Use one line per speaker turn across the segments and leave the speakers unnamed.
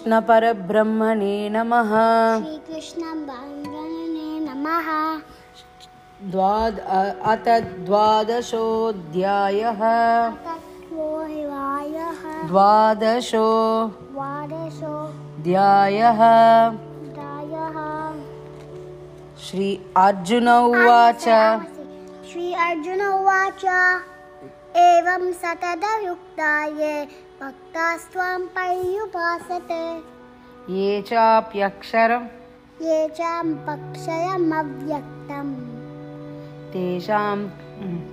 श्रीकृष्णपरब्रह्मणे नमः
श्रीकृष्णबाङ्गणे नमः
द्वाद अथ द्वादशोऽध्यायः
तत्त्वोहिवायः
द्वादशोऽध्यायः
दायः
श्री अर्जुन उवाच
श्री अर्जुन उवाच एवं सततयुक्ताये भक्तास्त्वां पर्युपासते
ये चाप्यक्षरं
ये चां पक्षयमव्यक्तम्
तेषां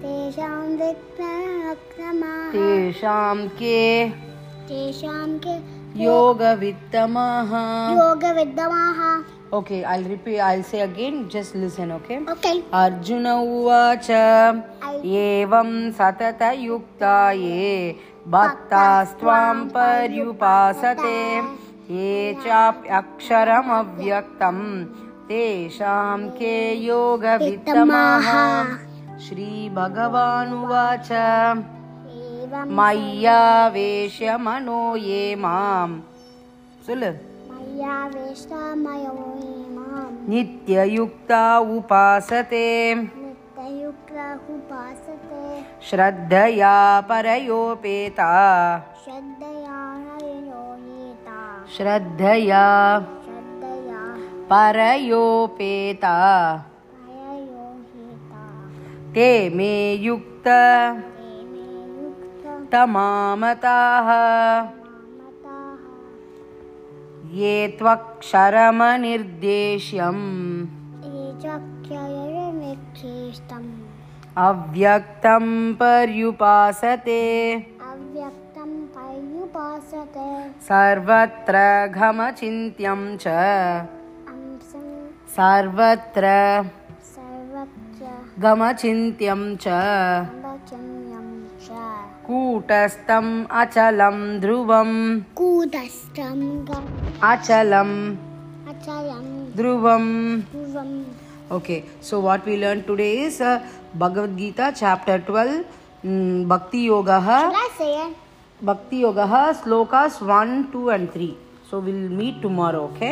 तेषां विघ्नक्रमाः
तेषां के
तेषां के
योगवित्तमः
योगविद्यमाः
okay I repeat I say again just listen okay
okay
Arjun उवाच एवं सततयुक्ता ये भक्तास्त्वां पर्युपासते ये चाप्यक्षरमव्यक्तं तेषां के योगवित्तमाः श्रीभगवानुवाच
एवं
मय्यावेश्य मनो ये मां सुल
मया वेष्टामयो मां
नित्ययुक्ता उपासते
नित्ययुक्तहुपासते
श्रद्धया परयोपेता
श्रद्धया हरिरोहिता
श्रद्धया
श्रद्धया
परयोपेता
हरयोहिता
ते मे युक्त
ते मे युक्तमताः
तमामताः ये त्वक्षरमनिर्देश्यम्
ये चक्षयनिक्षेष्टम्
अव्यक्तं पर्युपासते
अव्यक्तं पर्युपासते
सर्वत्र घमचिन्त्यं च
अंसं
सर्वत्र
सर्वत्र
गमचिन्त्यं च
वचम्यं च
कूटस्थम् अचलं ध्रुवम्
कूटस्थं गम्
अचलं
अचलं
ध्रुवम्
पूर्वं
okay so what we learn today is Bhagavad Gita chapter twelve mm, भक्तियोगः
शयन्
भक्तियोगः shlokas one two and three so will meet tomorrow okay